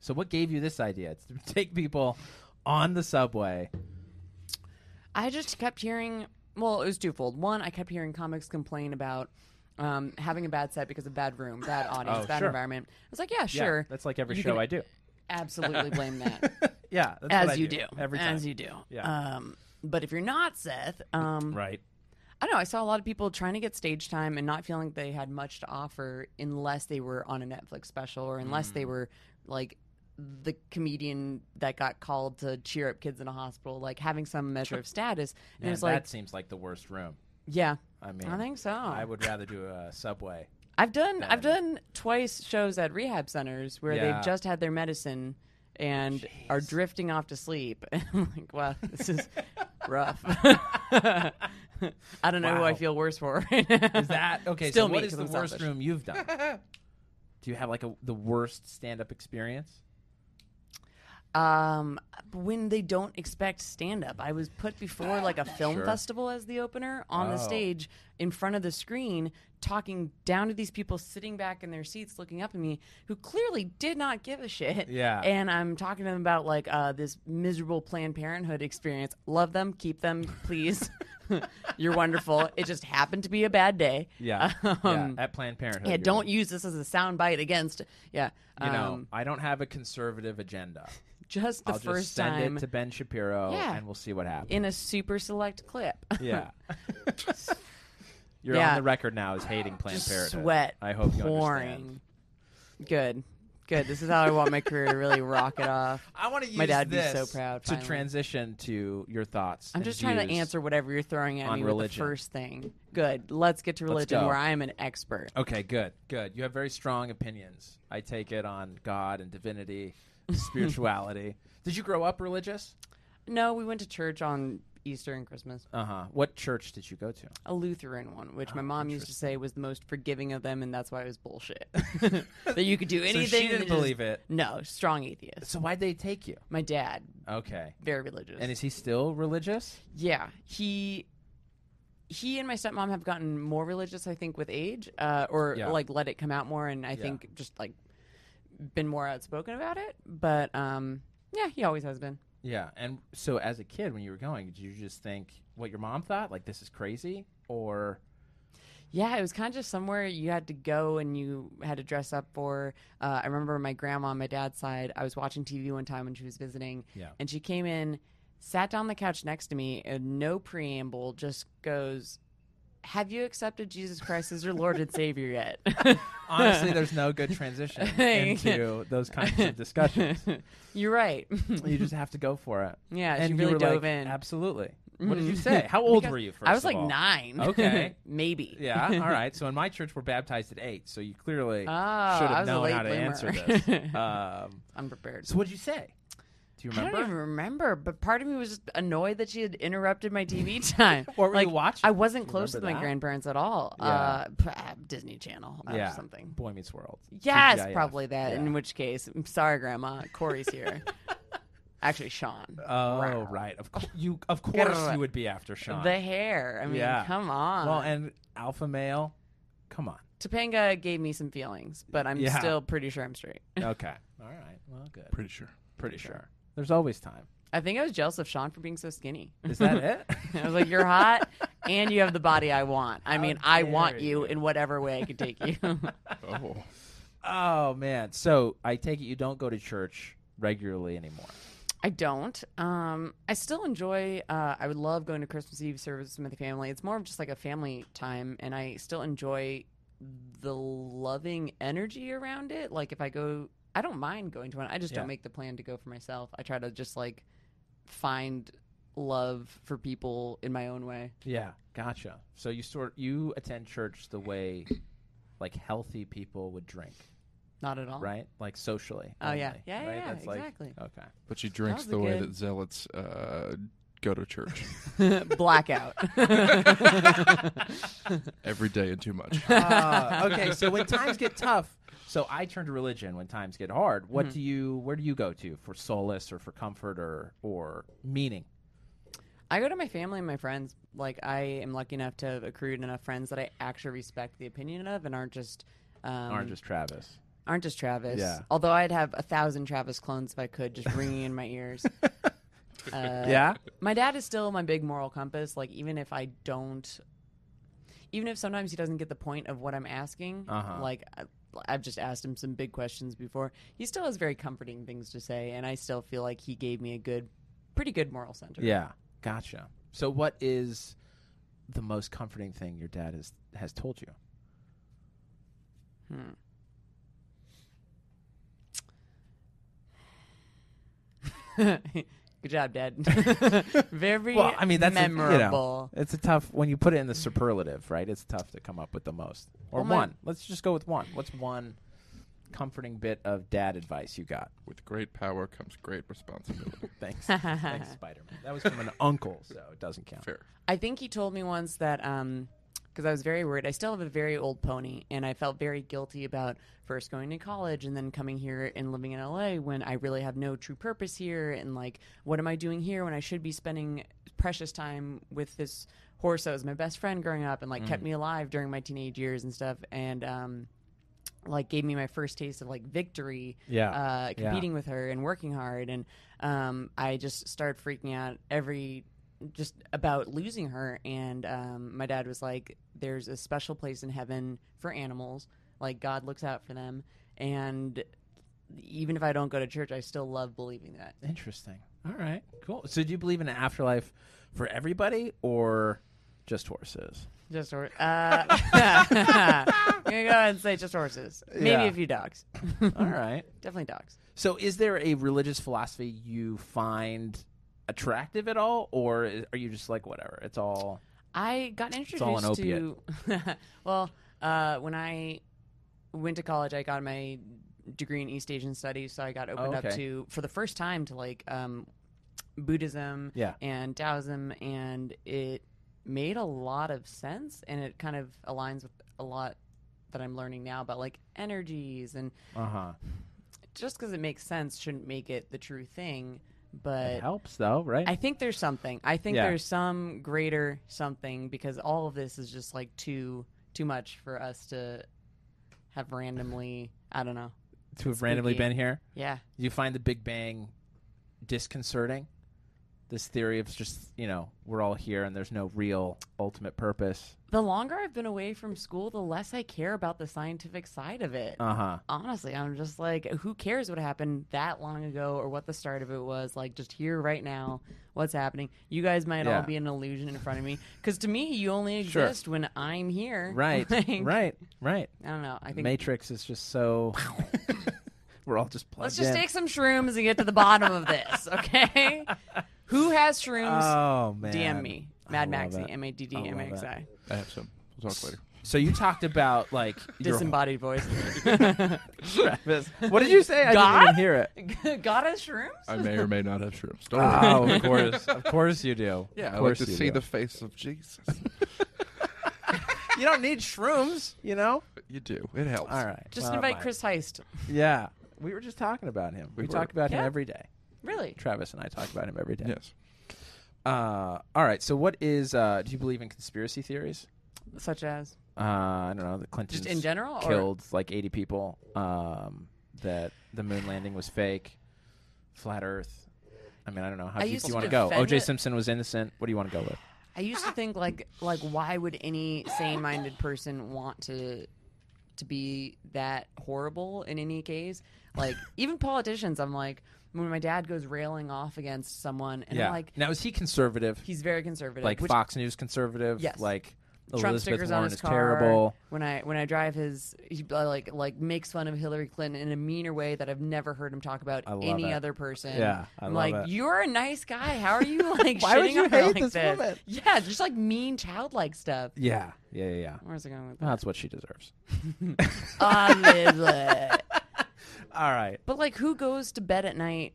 Speaker 2: So, what gave you this idea? It's to take people on the subway.
Speaker 3: I just kept hearing, well, it was twofold. One, I kept hearing comics complain about um, having a bad set because of bad room, bad audience,
Speaker 2: Oh,
Speaker 3: bad
Speaker 2: sure.
Speaker 3: environment. I was like, yeah, sure.
Speaker 2: that's like every
Speaker 3: You
Speaker 2: show
Speaker 3: can
Speaker 2: I do.
Speaker 3: Absolutely blame that.
Speaker 2: Yeah. That's
Speaker 3: as
Speaker 2: what I
Speaker 3: you do.
Speaker 2: Every time.
Speaker 3: As you do.
Speaker 2: Yeah.
Speaker 3: Um, but if you're not Seth, um,
Speaker 2: Right.
Speaker 3: I don't know. I saw a lot of people trying to get stage time and not feeling they had much to offer unless they were on a Netflix special or unless
Speaker 2: Mm.
Speaker 3: they were like the comedian that got called to cheer up kids in a hospital, like having some measure of status. And
Speaker 2: Man,
Speaker 3: it's like,
Speaker 2: that seems like the worst room.
Speaker 3: yeah,
Speaker 2: I mean,
Speaker 3: I think so.
Speaker 2: I
Speaker 3: I
Speaker 2: would rather do a subway.
Speaker 3: have done I've done twice shows at rehab centers where
Speaker 2: Yeah.
Speaker 3: they've just had their medicine and are drifting off to sleep. And I'm like, wow, this is rough. I don't know who I
Speaker 2: Wow.
Speaker 3: feel worse for. Right now.
Speaker 2: Is that okay?
Speaker 3: Still
Speaker 2: so,
Speaker 3: me,
Speaker 2: what is
Speaker 3: 'cause
Speaker 2: the
Speaker 3: I'm
Speaker 2: worst
Speaker 3: selfish.
Speaker 2: room you've done? do you have like a the worst stand up experience?
Speaker 3: um, when they don't expect stand up. I was put before like a film
Speaker 4: Sure.
Speaker 3: festival as the opener on the
Speaker 2: Wow.
Speaker 3: stage in front of the screen, talking down to these people sitting back in their seats looking up at me who clearly did not give a shit.
Speaker 2: Yeah.
Speaker 3: And I'm talking to them about like uh, this miserable Planned Parenthood experience. Love them, keep them, please. You're wonderful. It just happened to be a bad day.
Speaker 2: Yeah, yeah.
Speaker 3: Um,
Speaker 2: At Planned Parenthood.
Speaker 3: yeah,
Speaker 2: you're
Speaker 3: don't
Speaker 2: right.
Speaker 3: use this as a soundbite against. Yeah,
Speaker 2: you know?
Speaker 3: um,
Speaker 2: I don't have a conservative agenda.
Speaker 3: just the
Speaker 2: I'll
Speaker 3: first
Speaker 2: just send
Speaker 3: time
Speaker 2: it to Ben Shapiro,
Speaker 3: Yeah.
Speaker 2: and we'll see what happens.
Speaker 3: in a super select clip.
Speaker 2: yeah. You're on
Speaker 3: Yeah.
Speaker 2: the record now as hating Planned
Speaker 3: Just
Speaker 2: Parenthood.
Speaker 3: sweat
Speaker 2: I hope you understand.
Speaker 3: Pouring. Good, good. This is how I want my career to really rock it off.
Speaker 2: I want to use
Speaker 3: My dad would be
Speaker 2: this
Speaker 3: so proud,
Speaker 2: to
Speaker 3: finally.
Speaker 2: transition to your thoughts.
Speaker 3: I'm
Speaker 2: and
Speaker 3: just trying to
Speaker 2: views.
Speaker 3: answer whatever you're throwing at
Speaker 2: on
Speaker 3: me with the
Speaker 2: religion.
Speaker 3: first thing. Good. Let's get to religion
Speaker 2: go. Oh.
Speaker 3: where I'm an expert.
Speaker 2: Okay, good, good. You have very strong opinions. I take it on God and divinity, spirituality. Did you grow up religious?
Speaker 3: No, we went to church on Easter and Christmas.
Speaker 2: Uh huh. What church did you go to?
Speaker 3: A Lutheran one,
Speaker 2: Oh,
Speaker 3: which my mom used to say was the most forgiving of them, and that's why it was bullshit. that you could do anything.
Speaker 2: so she
Speaker 3: and
Speaker 2: didn't
Speaker 3: it just-
Speaker 2: believe it.
Speaker 3: No, strong atheist.
Speaker 2: So why'd they take you?
Speaker 3: My dad,
Speaker 2: Okay.
Speaker 3: very religious.
Speaker 2: And is he still religious?
Speaker 3: Yeah, he he and my stepmom have gotten more religious, I think, with age, uh, or
Speaker 2: Yeah.
Speaker 3: like let it come out more, and I think just like been more outspoken about it. But um, yeah, he always has been.
Speaker 2: Yeah. And so as a kid, when you were going, did you just think what your mom thought, like this is crazy, or
Speaker 3: Yeah, it was kind of just somewhere you had to go and you had to dress up for. Uh, I remember my grandma on my dad's side. I was watching TV one time when she was visiting,
Speaker 2: Yeah.
Speaker 3: and she came in, sat down on the couch next to me, and no preamble, just goes, "Have you accepted Jesus Christ as your Lord and Savior yet?"
Speaker 2: honestly, there's no good transition into those kinds of discussions.
Speaker 3: You're right.
Speaker 2: You just have to go for it.
Speaker 3: yeah,
Speaker 2: and
Speaker 3: she
Speaker 2: you
Speaker 3: really
Speaker 2: were
Speaker 3: dove
Speaker 2: like,
Speaker 3: in.
Speaker 2: Absolutely. What did you say? How old
Speaker 3: Because
Speaker 2: were you? First
Speaker 3: I was
Speaker 2: of
Speaker 3: like
Speaker 2: all?
Speaker 3: nine.
Speaker 2: Okay.
Speaker 3: maybe.
Speaker 2: Yeah. All right. So in my church, we're baptized at eight. So you clearly
Speaker 3: Oh,
Speaker 2: should
Speaker 3: I
Speaker 2: have
Speaker 3: was a
Speaker 2: known
Speaker 3: late
Speaker 2: how to
Speaker 3: bloomer.
Speaker 2: answer this. Um,
Speaker 3: Unprepared.
Speaker 2: so what did you say? Do you
Speaker 3: I
Speaker 2: remember?
Speaker 3: don't even remember, but part of me was just annoyed that she had interrupted my TV time.
Speaker 2: What were you
Speaker 3: like,
Speaker 2: watching?
Speaker 3: I wasn't
Speaker 2: Do you
Speaker 3: close with
Speaker 2: remember
Speaker 3: my
Speaker 2: that?
Speaker 3: grandparents at all.
Speaker 2: Yeah.
Speaker 3: Uh, p- uh, Disney Channel uh,
Speaker 2: yeah.
Speaker 3: or something.
Speaker 2: Boy Meets World.
Speaker 3: Yes,
Speaker 2: TGIF.
Speaker 3: probably that.
Speaker 2: Yeah.
Speaker 3: In which case, I'm sorry, Grandma. Corey's here. Actually, Sean.
Speaker 2: Oh
Speaker 3: Rawr.
Speaker 2: right, of course you. Of course you would be after Sean.
Speaker 3: The hair. I mean,
Speaker 2: Yeah.
Speaker 3: come on.
Speaker 2: well, and alpha male. Come on.
Speaker 3: Topanga gave me some feelings, but I'm
Speaker 2: Yeah.
Speaker 3: still pretty sure I'm straight.
Speaker 2: Okay. All right. Well, good.
Speaker 4: Pretty sure.
Speaker 2: Pretty sure. There's always time.
Speaker 3: I think I was jealous of Sean for being so skinny.
Speaker 2: Is that it?
Speaker 3: I was like, "You're hot, and you have the body I want. I mean, I want
Speaker 2: dare
Speaker 3: you
Speaker 2: you.
Speaker 3: in whatever way I could take you."
Speaker 4: Oh,
Speaker 2: Oh man. So I take it you don't go to church regularly anymore.
Speaker 3: I don't. Um, I still enjoy. Uh, I would love going to Christmas Eve service with the family. It's more of just like a family time, and I still enjoy the loving energy around it. Like if I go, I don't mind going to one. I just
Speaker 2: Yeah.
Speaker 3: don't make the plan to go for myself. I try to just like find love for people in my own way.
Speaker 2: Yeah, gotcha. So you sort you attend church the way like healthy people would drink,
Speaker 3: Not at all.
Speaker 2: right? Like socially.
Speaker 3: Oh, yeah.
Speaker 2: only,
Speaker 3: Yeah, yeah,
Speaker 2: right?
Speaker 3: yeah,
Speaker 2: That's like-
Speaker 3: exactly.
Speaker 2: okay.
Speaker 4: but she drinks
Speaker 3: was a
Speaker 4: the way
Speaker 3: good-
Speaker 4: that zealots uh, go to church
Speaker 3: Blackout.
Speaker 4: every day and too much.
Speaker 2: Uh, okay, so when times get tough, so I turn to religion when times get hard. What
Speaker 3: Mm-hmm.
Speaker 2: do you where do you go to for solace or for comfort or or meaning?
Speaker 3: I go to my family and my friends. Like I am lucky enough to have accrued enough friends that I actually respect the opinion of and aren't just um,
Speaker 2: Aren't just Travis.
Speaker 3: aren't just Travis.
Speaker 2: Yeah.
Speaker 3: Although I'd have a thousand Travis clones if I could, just ringing in my ears. Uh,
Speaker 2: yeah?
Speaker 3: my dad is still my big moral compass. Like even if I don't, even if sometimes he doesn't get the point of what I'm asking,
Speaker 2: Uh-huh.
Speaker 3: like I, I've just asked him some big questions before. He still has very comforting things to say, and I still feel like he gave me a good, pretty good moral center.
Speaker 2: Yeah. Gotcha. So what is the most comforting thing your dad has has told you?
Speaker 3: Good job, Dad. Very
Speaker 2: Well, I mean that's a- you know,
Speaker 3: memorable.
Speaker 2: it's a tough when you put it in the superlative, right? It's tough to come up with the most or
Speaker 3: Well, my-
Speaker 2: one. Let's just go with one. What's one comforting bit of dad advice you got?
Speaker 4: With great power comes great responsibility.
Speaker 2: Thanks, thanks, Spider Man. That was from an uncle, so it doesn't count.
Speaker 4: Fair.
Speaker 3: I think he told me once that um, because I was very worried. I still have a very old pony, and I felt very guilty about first going to college and then coming here and living in LA when I really have no true purpose here. And like, what am I doing here when I should be spending precious time with this horse that was my best friend growing up and like
Speaker 2: Mm.
Speaker 3: kept me alive during my teenage years and stuff? And, um, like gave me my first taste of like victory
Speaker 2: Yeah.
Speaker 3: uh,
Speaker 2: Yeah.
Speaker 3: competing with her and working hard and um, i just started freaking out every just about losing her and um, my dad was like there's a special place in heaven for animals like god looks out for them and even if i don't go to church i still love believing that
Speaker 2: Interesting. All right. Cool. So do you believe in an afterlife for everybody or just horses?
Speaker 3: just hor- uh, i'm gonna go ahead and say just horses maybe
Speaker 2: Yeah.
Speaker 3: a few dogs Mm-hmm.
Speaker 2: All right.
Speaker 3: definitely dogs
Speaker 2: So is there a religious philosophy you find attractive at all or i- are you just like whatever? It's all
Speaker 3: I got introduced
Speaker 2: all an
Speaker 3: to well, uh, when I went to college, I got my degree in East Asian studies, so I got opened up
Speaker 2: Oh, okay.
Speaker 3: to for the first time to like um, Buddhism
Speaker 2: Yeah.
Speaker 3: and Taoism, and it made a lot of sense, and it kind of aligns with a lot that I'm learning now about like energies, and
Speaker 2: uh-huh.
Speaker 3: just because it makes sense shouldn't make it the true thing,
Speaker 2: It
Speaker 3: but
Speaker 2: helps though, right?
Speaker 3: I think there's something. I think
Speaker 2: Yeah.
Speaker 3: there's some greater something because all of this is just like too too much for us to have randomly. I don't know.
Speaker 2: to have randomly
Speaker 3: spooky.
Speaker 2: been here.
Speaker 3: Yeah,
Speaker 2: Do you find the Big Bang disconcerting? This theory of just, you know, we're all here and there's no real ultimate purpose.
Speaker 3: the longer I've been away from school, the less I care about the scientific side of it.
Speaker 2: Uh-huh.
Speaker 3: Honestly, I'm just like, who cares what happened that long ago or what the start of it was? Like, just here right now, what's happening? You guys might
Speaker 2: Yeah.
Speaker 3: all be an illusion in front of me because to me, you only
Speaker 2: Sure.
Speaker 3: exist when I'm here.
Speaker 2: Right.
Speaker 3: Like,
Speaker 2: right. Right.
Speaker 3: I don't know. I think
Speaker 2: Matrix is just so. we're all just plugged
Speaker 3: Let's just
Speaker 2: in.
Speaker 3: take some shrooms and get to the bottom of this, okay? Who has shrooms?
Speaker 2: oh man.
Speaker 3: DM me.
Speaker 2: I
Speaker 3: Mad
Speaker 2: love
Speaker 3: Maxi,
Speaker 2: it.
Speaker 3: M A D D
Speaker 2: I love
Speaker 3: M A X I.
Speaker 4: I have some. We'll talk later.
Speaker 2: So you talked about like your
Speaker 3: Disembodied voice.
Speaker 2: Travis. What did you say? I
Speaker 3: God?
Speaker 2: didn't even hear it.
Speaker 3: God has shrooms?
Speaker 4: I may or may not have shrooms. Don't worry.
Speaker 2: Oh, of course, of course you do.
Speaker 4: Yeah,
Speaker 2: of
Speaker 4: I like
Speaker 2: course
Speaker 4: to
Speaker 2: you
Speaker 4: see
Speaker 2: do.
Speaker 4: the face of Jesus.
Speaker 2: You don't need shrooms, you know.
Speaker 4: you do. It helps.
Speaker 2: All right.
Speaker 3: Just
Speaker 2: well,
Speaker 3: invite
Speaker 2: my-
Speaker 3: Chris Heist.
Speaker 2: Yeah, we were just talking about him. We,
Speaker 4: We were.
Speaker 2: talk about him
Speaker 3: Yeah.
Speaker 2: every day.
Speaker 3: Really?
Speaker 2: Travis and I talk about him every day.
Speaker 4: Yes.
Speaker 2: Uh, all right. So what is? Uh, do you believe in conspiracy theories?
Speaker 3: Such as
Speaker 2: Uh, I don't know. The Clintons
Speaker 3: just in general or
Speaker 2: killed like 80 people. Um, that the moon landing was fake. Flat Earth. I mean, I don't know. How
Speaker 3: I
Speaker 2: deep
Speaker 3: used
Speaker 2: do you
Speaker 3: to
Speaker 2: want to go?
Speaker 3: defend
Speaker 2: O.J.
Speaker 3: it.
Speaker 2: Simpson was innocent. What do you want to go with?
Speaker 3: I used to think like like why would any sane minded person want to to be that horrible in any case? Like even politicians, I'm like when my dad goes railing off against someone and I'm like
Speaker 2: now is he conservative?
Speaker 3: he's very conservative.
Speaker 2: Like
Speaker 3: which
Speaker 2: Fox News conservative?
Speaker 3: Yes.
Speaker 2: Like
Speaker 3: Trump
Speaker 2: Elizabeth
Speaker 3: stickers on
Speaker 2: Warren
Speaker 3: his
Speaker 2: is
Speaker 3: car.
Speaker 2: terrible.
Speaker 3: When I when I drive his, he uh, like like makes fun of Hillary Clinton in a meaner way that I've never heard him talk about
Speaker 2: I love
Speaker 3: any
Speaker 2: it.
Speaker 3: other person.
Speaker 2: Yeah, I
Speaker 3: am
Speaker 2: love
Speaker 3: like
Speaker 2: it.
Speaker 3: you're a nice guy. How are you like
Speaker 2: Why
Speaker 3: shitting
Speaker 2: would you
Speaker 3: on her
Speaker 2: hate
Speaker 3: like
Speaker 2: this woman?
Speaker 3: Yeah, just like mean childlike stuff.
Speaker 2: Yeah. Yeah. Yeah. yeah.
Speaker 3: Where's it going with
Speaker 2: Well,
Speaker 3: that?
Speaker 2: that's what she deserves.
Speaker 3: Obviously.
Speaker 2: All right.
Speaker 3: But like, who goes to bed at night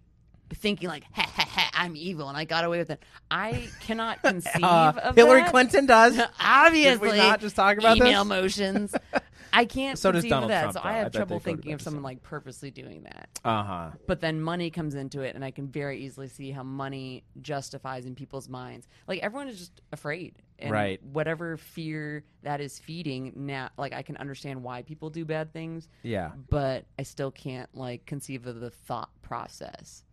Speaker 3: thinking like, ha ha ha, I'm evil and I got away with it? I cannot conceive of
Speaker 2: Uh, Hillary
Speaker 3: that.
Speaker 2: Clinton does.
Speaker 3: Obviously,
Speaker 2: Did we not just talk about
Speaker 3: email
Speaker 2: this?
Speaker 3: motions. I can't
Speaker 2: So does
Speaker 3: conceive
Speaker 2: Donald
Speaker 3: of that,
Speaker 2: Trump,
Speaker 3: so
Speaker 2: though.
Speaker 3: I
Speaker 2: I
Speaker 3: have
Speaker 2: bet they
Speaker 3: trouble
Speaker 2: go to
Speaker 3: thinking
Speaker 2: bed
Speaker 3: of
Speaker 2: the
Speaker 3: someone
Speaker 2: same.
Speaker 3: like purposely doing that.
Speaker 2: Uh huh.
Speaker 3: But then money comes into it, and I can very easily see how money justifies in people's minds. Like everyone is just afraid, and
Speaker 2: Right.
Speaker 3: Whatever fear that is feeding now, like I can understand why people do bad things,
Speaker 2: Yeah.
Speaker 3: but I still can't like conceive of the thought process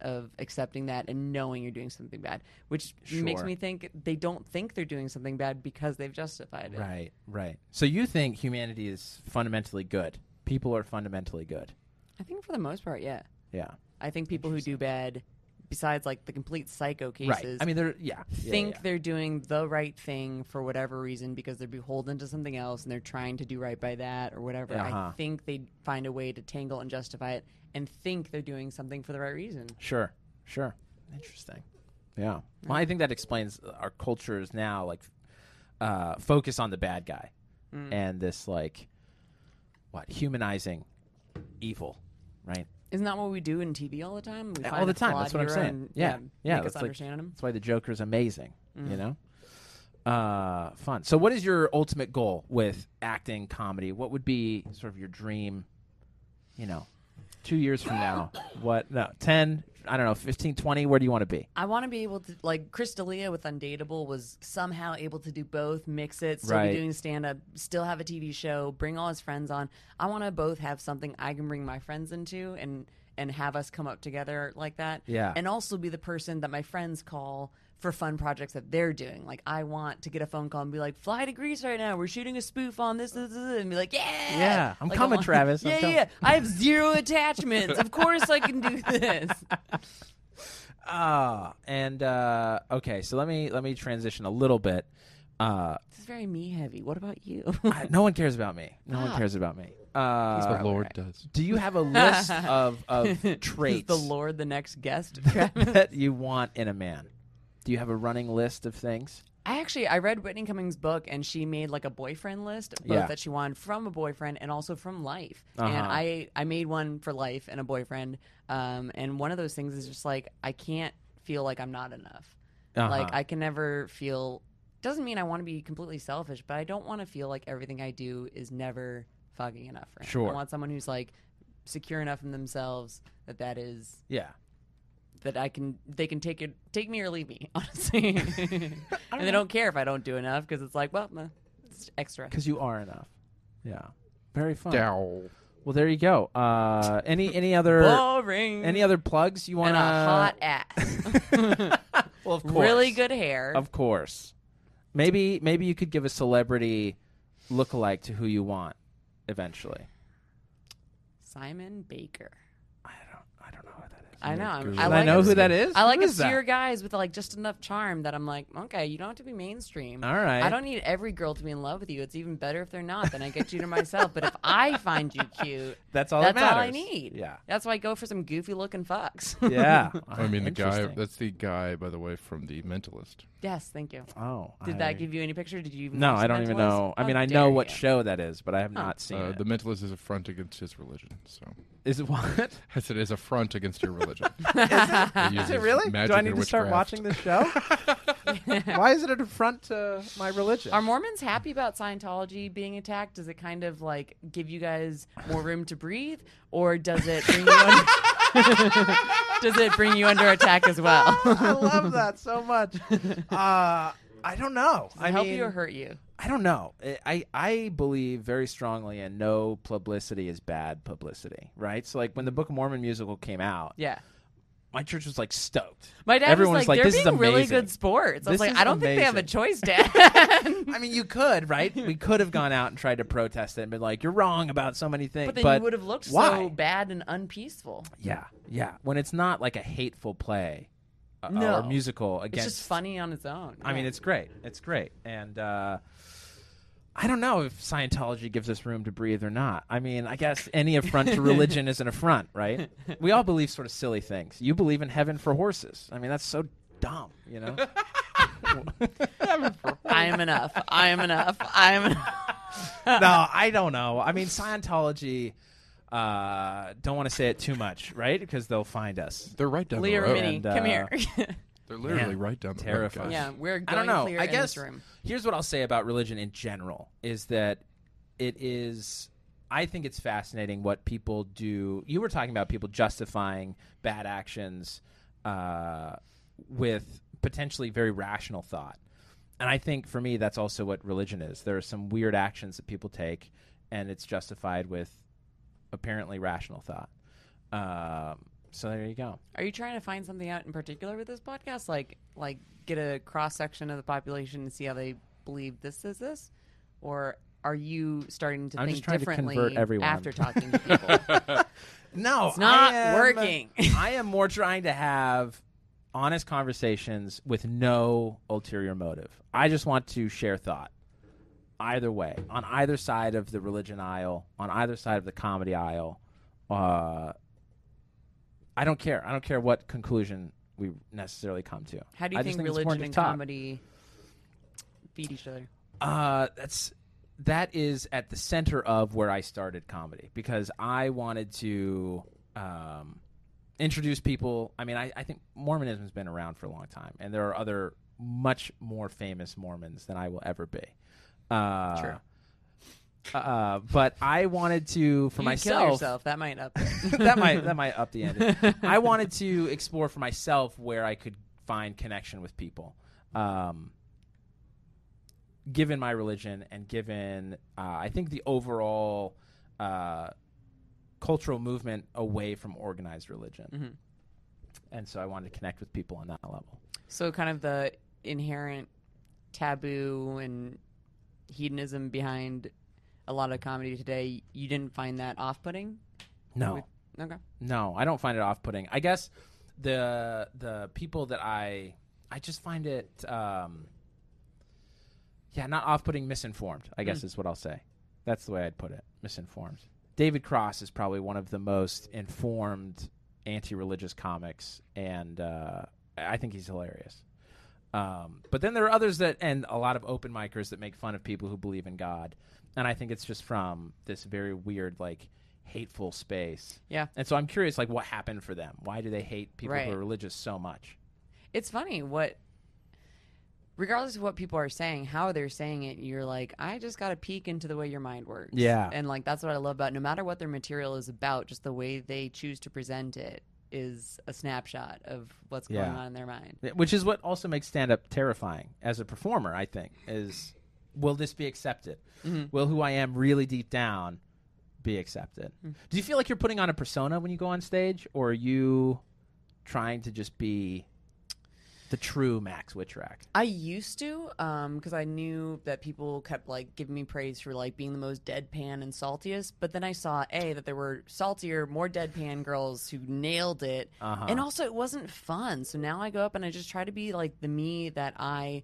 Speaker 3: of accepting that and knowing you're doing something bad, which makes
Speaker 2: Sure.
Speaker 3: me think they don't think they're doing something bad because they've justified it.
Speaker 2: Right. Right. So you think humanity is fundamentally good? People are fundamentally good.
Speaker 3: I think for the most part, yeah.
Speaker 2: Yeah.
Speaker 3: I think people who do bad, besides like the complete psycho
Speaker 2: Right.
Speaker 3: cases,
Speaker 2: I mean, they're yeah. yeah,
Speaker 3: think
Speaker 2: yeah.
Speaker 3: they're doing the right thing for whatever reason because they're beholden to something else and they're trying to do right by that or whatever.
Speaker 2: Uh-huh.
Speaker 3: I think they find a way to tangle and justify it and think they're doing something for the right reason.
Speaker 2: Sure. Sure. Interesting. Yeah. Well, I think that explains our cultures now, like uh, focus on the bad guy
Speaker 3: Mm.
Speaker 2: and this like what humanizing evil, right?
Speaker 3: Isn't that what we do in TV all the time? We
Speaker 2: all the
Speaker 3: a
Speaker 2: time.
Speaker 3: flawed
Speaker 2: That's what I'm
Speaker 3: hero
Speaker 2: saying.
Speaker 3: and,
Speaker 2: yeah, yeah.
Speaker 3: make us Mm-hmm.
Speaker 2: that's, like-
Speaker 3: understand him.
Speaker 2: that's why the Joker's amazing. You know. Uh, fun. So, what is your ultimate goal with acting comedy? What would be sort of your dream? You know, two years from now, what? No, ten. I don't know, 15, 20, Where do you want to be?
Speaker 3: I want to be able to like Crystalia with Undateable was somehow able to do both, mix it, still
Speaker 2: Right.
Speaker 3: be doing stand up, still have a TV show, bring all his friends on. I want to both have something I can bring my friends into and and have us come up together like that.
Speaker 2: Yeah.
Speaker 3: And also be the person that my friends call for fun projects that they're doing. Like I want to get a phone call and be like, "Fly to Greece right now. We're shooting a spoof on this, this, this," and be like, "Yeah,
Speaker 2: Yeah, I'm
Speaker 3: Like, I
Speaker 2: coming,
Speaker 3: want-
Speaker 2: Travis, I'm
Speaker 3: Yeah,
Speaker 2: coming.
Speaker 3: yeah. I have zero attachments. of course, I can do this."
Speaker 2: Ah, and uh, okay. So let me let me transition a little bit. Uh,
Speaker 3: This is very me heavy. What about you?
Speaker 2: I- no one cares about me. No
Speaker 3: Ah.
Speaker 2: one cares about me. Uh,
Speaker 4: the Lord does.
Speaker 2: do you have a list of, of traits
Speaker 3: Is the Lord the next guest?
Speaker 2: that you want in a man? Do you have a running list of things?
Speaker 3: I actually I read Whitney Cummings' book and she made like a boyfriend list, both
Speaker 2: Yeah.
Speaker 3: that she wanted from a boyfriend and also from life. And
Speaker 2: Uh-huh.
Speaker 3: I I made one for life and a boyfriend. Um, and one of those things is just like I can't feel like I'm not enough.
Speaker 2: Uh-huh.
Speaker 3: Like I can never feel. Doesn't mean I want to be completely selfish, but I don't want to feel like everything I do is never fucking enough for him.
Speaker 2: Sure.
Speaker 3: I want someone who's like secure enough in themselves that that is
Speaker 2: yeah.
Speaker 3: that I can they can take it take me or leave me honestly, and they don't care if I don't do enough because it's like well meh, it's extra.
Speaker 2: because you are enough. Yeah, very fun.
Speaker 4: Dow.
Speaker 2: Well, there you go. Uh, any any other
Speaker 3: Boring.
Speaker 2: any other plugs you want
Speaker 3: and
Speaker 2: to?
Speaker 3: a hot ass,
Speaker 2: well, of course,
Speaker 3: really good hair.
Speaker 2: Of course, maybe maybe you could give a celebrity lookalike to who you want eventually.
Speaker 3: Simon Baker.
Speaker 2: I don't I don't know who that is.
Speaker 3: I know. I'm,
Speaker 4: good.
Speaker 3: I
Speaker 2: I,
Speaker 4: And
Speaker 3: like
Speaker 2: know
Speaker 3: a-
Speaker 2: who that is.
Speaker 3: I like
Speaker 2: who
Speaker 3: to
Speaker 2: is
Speaker 3: see
Speaker 2: that?
Speaker 3: your guys with like just enough charm that I'm like, okay, you don't have to be mainstream.
Speaker 2: All right.
Speaker 3: I don't need every girl to be in love with you. It's even better if they're not. Then I get you to myself. But if I find you cute,
Speaker 2: That's all. that
Speaker 3: that's all I
Speaker 2: matters.
Speaker 3: need.
Speaker 2: Yeah.
Speaker 3: That's why I go for some goofy looking fucks.
Speaker 2: Yeah.
Speaker 4: I mean, the guy.
Speaker 2: Ah, Interesting.
Speaker 4: That's the guy, by the way, from The Mentalist. Uh,
Speaker 3: yes, thank you.
Speaker 2: Oh,
Speaker 3: Did
Speaker 2: I-
Speaker 3: that give you any picture? Did you? Even
Speaker 2: No,
Speaker 3: watch
Speaker 2: I
Speaker 3: The
Speaker 2: don't even
Speaker 3: Mentalist?
Speaker 2: know. I
Speaker 3: How
Speaker 2: mean, I
Speaker 3: dare
Speaker 2: know what
Speaker 3: you.
Speaker 2: show that is, but I have not seen
Speaker 4: Uh,
Speaker 2: it.
Speaker 4: the Mentalist is a front against his religion. So
Speaker 2: Is it what?
Speaker 4: yes, it is a front against your religion.
Speaker 2: Is it really? Do I need to start watching this show? Why is it an affront to my religion?
Speaker 3: Are Mormons happy about Scientology being attacked? Does it kind of like give you guys more room to breathe, or does it bring you under, does it bring you under attack as well?
Speaker 2: I love that so much. Uh, I don't know. I
Speaker 3: help
Speaker 2: mean,
Speaker 3: you or hurt you?
Speaker 2: I don't know. I- I I believe very strongly in no publicity is bad publicity, right? So like when the Book of Mormon musical came out,
Speaker 3: Yeah.
Speaker 2: my church was like stoked.
Speaker 3: My dad
Speaker 2: Everyone
Speaker 3: was like,
Speaker 2: "This
Speaker 3: they're
Speaker 2: is
Speaker 3: being really
Speaker 2: amazing."
Speaker 3: good sports.
Speaker 2: This
Speaker 3: I was like,
Speaker 2: is
Speaker 3: I don't think they have a
Speaker 2: amazing.
Speaker 3: choice, Dad.
Speaker 2: I mean, you could, right? We could have gone out and tried to protest it and been like, "You're wrong about so many things."
Speaker 3: but then you would have looked
Speaker 2: why?
Speaker 3: so bad and unpeaceful.
Speaker 2: Yeah, yeah. When it's not like a hateful play uh,
Speaker 3: No.
Speaker 2: or musical
Speaker 3: It's
Speaker 2: against.
Speaker 3: just funny on its own.
Speaker 2: I mean,
Speaker 3: Yeah.
Speaker 2: it's great. It's great, and uh, I don't know if Scientology gives us room to breathe or not. I mean, I guess any affront to religion is an affront, right? We all believe sort of silly things. You believe in heaven for horses. I mean, that's so dumb, you know.
Speaker 3: I am enough. I am enough. I am enough.
Speaker 2: no, I don't know. I mean, Scientology. Uh, don't want to say it too much, right? Because they'll find us.
Speaker 4: They're right down
Speaker 3: Lear
Speaker 4: the road.
Speaker 3: Mini,
Speaker 2: And,
Speaker 3: come
Speaker 2: uh,
Speaker 3: here.
Speaker 4: They're literally
Speaker 2: Man,
Speaker 4: right down the
Speaker 2: terrifying.
Speaker 4: road. guys.
Speaker 3: yeah, we're going
Speaker 2: I don't know.
Speaker 3: clear
Speaker 2: I
Speaker 3: in
Speaker 2: guess
Speaker 3: this room.
Speaker 2: here's what I'll say about religion in general is that it is I think it's fascinating what people do. You were talking about people justifying bad actions uh, with potentially very rational thought. And I think for me that's also what religion is. There are some weird actions that people take and it's justified with apparently rational thought. Um, so there you go.
Speaker 3: Are you trying to find something out in particular with this podcast? Like, like get a cross section of the population and see how they believe this is this, or are you starting to
Speaker 2: I'm
Speaker 3: think
Speaker 2: just trying to
Speaker 3: differently
Speaker 2: convert everyone.
Speaker 3: after talking to people?
Speaker 2: No,
Speaker 3: It's not
Speaker 2: I am-
Speaker 3: working.
Speaker 2: I am more trying to have honest conversations with no ulterior motive. I just want to share thought. Either way, on either side of the religion aisle, on either side of the comedy aisle, uh, I don't care. I don't care what conclusion we necessarily come to.
Speaker 3: how do you
Speaker 2: I just
Speaker 3: think,
Speaker 2: it's
Speaker 3: religion
Speaker 2: important
Speaker 3: and
Speaker 2: to talk.
Speaker 3: comedy feed each other?
Speaker 2: Uh, that's that is at the center of where I started comedy because I wanted to um, introduce people. I mean, I, I think Mormonism's been around for a long time, and there are other much more famous Mormons than I will ever be. Uh,
Speaker 3: True.
Speaker 2: Uh, but I wanted to for
Speaker 3: You could kill
Speaker 2: myself.
Speaker 3: yourself. That might up. it.
Speaker 2: that might that might up the end. I wanted to explore for myself where I could find connection with people, um, given my religion and given uh, I think the overall uh, cultural movement away from organized religion.
Speaker 3: Mhm.
Speaker 2: And so I wanted to connect with people on that level.
Speaker 3: So kind of the inherent taboo and hedonism behind a lot of comedy today. You didn't find that off-putting?
Speaker 2: No,
Speaker 3: With- Okay.
Speaker 2: No, I don't find it off-putting. I guess the the people that I I just find it um yeah, not off-putting, misinformed. I
Speaker 3: Mm.
Speaker 2: guess is what I'll say. That's the way I'd put it. Misinformed. David Cross is probably one of the most informed anti-religious comics and uh I think he's hilarious. Um, but then there are others that, and a lot of open micers that make fun of people who believe in God, and I think it's just from this very weird, like, hateful space.
Speaker 3: Yeah.
Speaker 2: And so I'm curious, like, what happened for them? Why do they hate people
Speaker 3: Right.
Speaker 2: who are religious so much?
Speaker 3: It's funny what regardless of what people are saying, how they're saying it, you're like, I just got to peek into the way your mind works.
Speaker 2: Yeah.
Speaker 3: And like that's what I love about no matter what their material is about, just the way they choose to present it is a snapshot of what's going
Speaker 2: Yeah.
Speaker 3: on in their mind.
Speaker 2: Which is what also makes stand up terrifying as a performer, I think, is will this be accepted?
Speaker 3: Mm-hmm.
Speaker 2: Will who I am really deep down be accepted?
Speaker 3: Mm-hmm.
Speaker 2: Do you feel like you're putting on a persona when you go on stage, or are you trying to just be the true Max Witrack?
Speaker 3: I used to, because I knew that people kept like giving me praise for like being the most deadpan and saltiest. But then I saw a that there were saltier, more deadpan girls who nailed it,
Speaker 2: Uh-huh.
Speaker 3: and also it wasn't fun. So now I go up and I just try to be like the me that I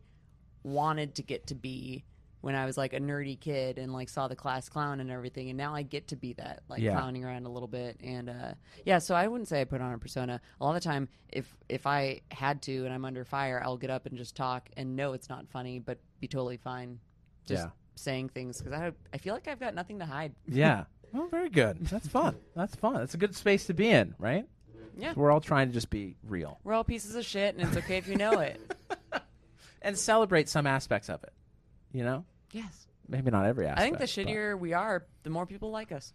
Speaker 3: wanted to get to be when I was like a nerdy kid and like saw the class clown and everything. And now I get to be that, like
Speaker 2: Yeah.
Speaker 3: clowning around a little bit. And uh, yeah, so I wouldn't say I put on a persona. A lot of the time, if if I had to and I'm under fire, I'll get up and just talk and know it's not funny, but be totally fine. Just
Speaker 2: Yeah.
Speaker 3: saying things because I I feel like I've got nothing to hide.
Speaker 2: Yeah. Well, very good. That's fun. That's fun. That's a good space to be in, right?
Speaker 3: Yeah.
Speaker 2: We're all trying to just be real.
Speaker 3: We're all pieces of shit, and it's okay if you know it.
Speaker 2: and celebrate some aspects of it. You know,
Speaker 3: Yes.
Speaker 2: maybe not every aspect.
Speaker 3: I think the
Speaker 2: but-
Speaker 3: shittier we are, the more people like us.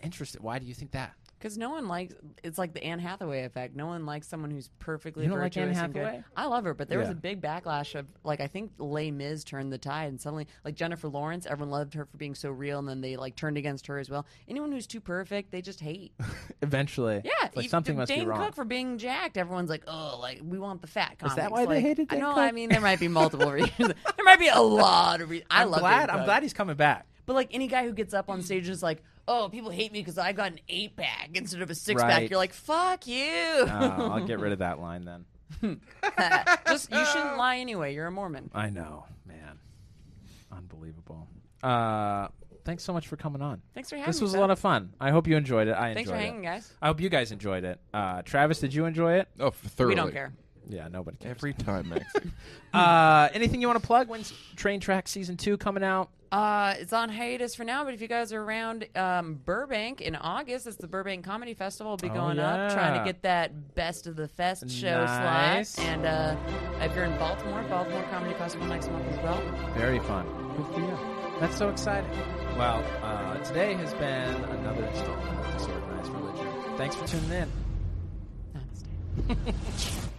Speaker 2: Interesting. Why do you think that?
Speaker 3: Because no one likes. It's like the Anne Hathaway effect. No one likes someone who's perfectly
Speaker 2: You don't like
Speaker 3: virtuous
Speaker 2: Anne
Speaker 3: and good.
Speaker 2: Hathaway?
Speaker 3: I love her, but there was
Speaker 2: Yeah.
Speaker 3: a big backlash of like I think Les Mis turned the tide, and suddenly like Jennifer Lawrence, everyone loved her for being so real, and then they like turned against her as well. Anyone who's too perfect, they just hate.
Speaker 2: Eventually,
Speaker 3: Yeah,
Speaker 2: It's like
Speaker 3: you-
Speaker 2: something
Speaker 3: D-
Speaker 2: must
Speaker 3: Dane
Speaker 2: be wrong.
Speaker 3: Cook for being jacked. Everyone's like, oh, like we want the fat. Comics.
Speaker 2: that why they
Speaker 3: Like,
Speaker 2: hated Dane
Speaker 3: I know.
Speaker 2: Cook?
Speaker 3: I mean, there might be multiple reasons. There might be a lot of reasons. I
Speaker 2: I'm
Speaker 3: love.
Speaker 2: glad.
Speaker 3: Dane
Speaker 2: I'm
Speaker 3: Cook.
Speaker 2: glad he's coming back.
Speaker 3: But like any guy who gets up on stage and is like, "Oh, people hate me because I got an eight pack instead of a six pack,"
Speaker 2: Right.
Speaker 3: you're like, "Fuck you!"
Speaker 2: Oh, I'll get rid of that line then. Ah.
Speaker 3: Just you shouldn't lie anyway. You're a Mormon.
Speaker 2: I know, man. Unbelievable. Uh, thanks so much for coming on.
Speaker 3: Thanks for having me.
Speaker 2: This was a
Speaker 3: Seth.
Speaker 2: lot of fun. I hope you enjoyed it. I
Speaker 3: Thanks for
Speaker 2: enjoyed
Speaker 3: hanging,
Speaker 2: it.
Speaker 3: guys.
Speaker 2: I hope you guys enjoyed it. Uh, Travis, did you enjoy it?
Speaker 4: Oh, thoroughly.
Speaker 3: We don't care.
Speaker 2: Yeah, nobody cares.
Speaker 4: Every time, Max.
Speaker 2: Uh, anything you want to plug? When's Train Track Season 2 coming out?
Speaker 3: Uh, it's on hiatus for now, but if you guys are around um, Burbank in August, it's the Burbank Comedy Festival. will be
Speaker 2: Oh,
Speaker 3: going up, trying
Speaker 2: yeah.
Speaker 3: to get that best of the fest show
Speaker 2: Nice.
Speaker 3: slot. And uh, if you're in Baltimore, Baltimore Comedy Festival next month as well.
Speaker 2: Very fun. Good for you. That's so exciting. Well, uh, today has been another installment of Disorganized Religion. Thanks for tuning in.
Speaker 3: Namaste.